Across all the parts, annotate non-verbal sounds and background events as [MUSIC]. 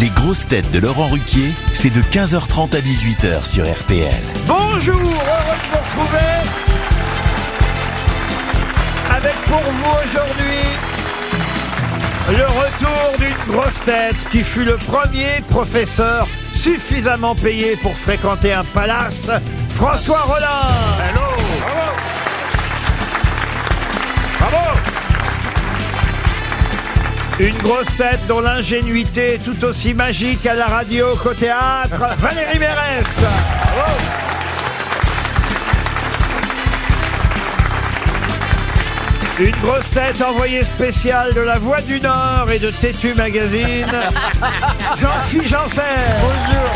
Les grosses têtes de Laurent Ruquier, c'est de 15h30 à 18h sur RTL. Bonjour, heureux de vous retrouver avec pour vous aujourd'hui le retour d'une grosse tête qui fut le premier professeur suffisamment payé pour fréquenter un palace, François Rollin. Hello. Bravo. Bravo. Une grosse tête dont l'ingénuité est tout aussi magique à la radio qu'au théâtre, Valérie Mérès. Une grosse tête envoyée spéciale de La Voix du Nord et de Tétu Magazine, Jean-Philippe Janssen. Bonjour.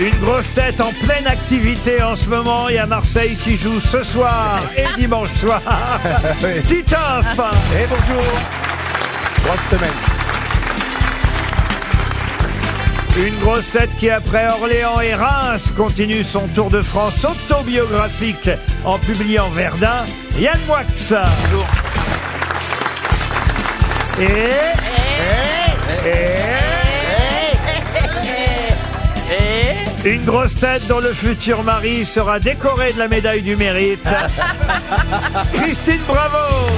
Une grosse tête en pleine activité en ce moment et à Marseille qui joue ce soir et dimanche soir. Titoff Et bonjour Une grosse tête qui, après Orléans et Reims, continue son tour de France autobiographique en publiant Verdun, Yann Moix. Et... Et... Une grosse tête dont le futur mari sera décoré de la médaille du mérite. Christine Bravo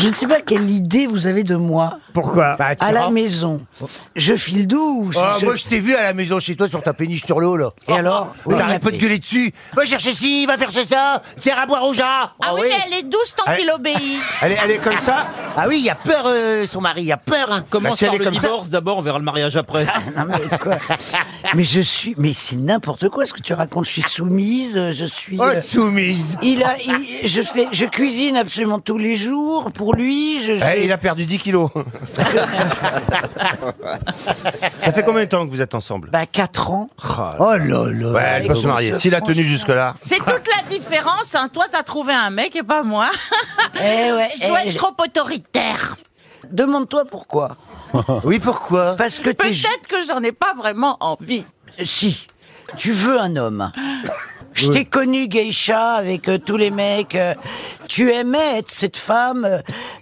Je ne sais pas quelle idée vous avez de moi Pourquoi à la maison. Je file doux. Bah, Oh, je- Moi, je t'ai vu à la maison chez toi sur ta péniche sur l'eau, là. Et alors Mais Oui, T'arrêtes on pas a de fait. gueuler dessus. Va chercher ci, va chercher ça. Serre à boire au chat. Ah oui, mais elle est douce tant Ah. qu'il obéit. [LAUGHS] Elle est, comme ça Ah oui, il a peur, euh, son mari, il a peur. hein. Commence Bah, si elle par est le comme ça- divorce d'abord, on verra le mariage après. Non, mais quoi [LAUGHS] Mais je suis. Mais c'est n'importe quoi ce que tu racontes. Je suis soumise. Je suis. Oh, euh, soumise. Il a. il- je fais. Je cuisine absolument tous les jours pour lui. Je. Eh, il a perdu 10 kilos. ça fait combien de temps que vous êtes ensemble Bah quatre ans. Oh là là. Ouais, elle peut se marier. S'il a tenu jusque-là. C'est toute la différence. Hein. Toi, t'as trouvé un mec et pas moi. Eh ouais. Je eh, dois je- être trop autoritaire. Demande-toi pourquoi. [LAUGHS] Oui, pourquoi Parce que t'es. Peut-être que j'en ai pas vraiment envie. Si, tu veux un [LAUGHS] homme. Je t'ai connu geisha avec euh, tous les mecs. euh, tu aimais être cette femme euh,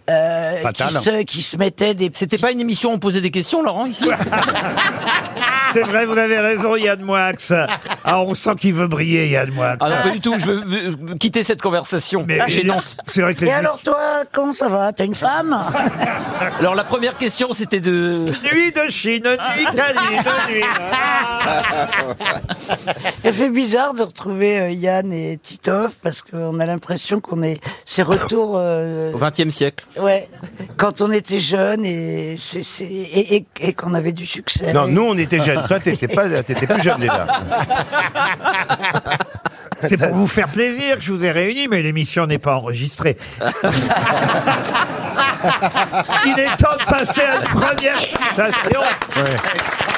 euh, qui, se, qui se mettait des C'était pas une émission où on posait des questions, Laurent, ici C'est vrai, vous avez raison, Yann Moix. Ah, on sent qu'il veut briller, Yann Moix. Ah non, pas du tout, je veux euh, quitter cette conversation Ah, Ah, gênante. C'est vrai que les Et alors toi, comment ça va T'as une [LAUGHS] femme Alors la première question, c'était de... nuits de Chine, nuit d'Italie, de nuit. hein. Ça fait bizarre de retrouver euh, Yann et Titoff parce qu'on a l'impression qu'on est ces retours. euh, Au XXe siècle. ouais, quand on était jeune et, c'est- c'est- et, et- et qu'on avait du succès. Non, nous, on était jeunes. Toi, t'étais pas, t'étais plus jeune déjà. C'est pour vous faire plaisir que je vous ai réunis, mais l'émission n'est pas [LAUGHS] enregistrée. Il est temps de passer à la première citation.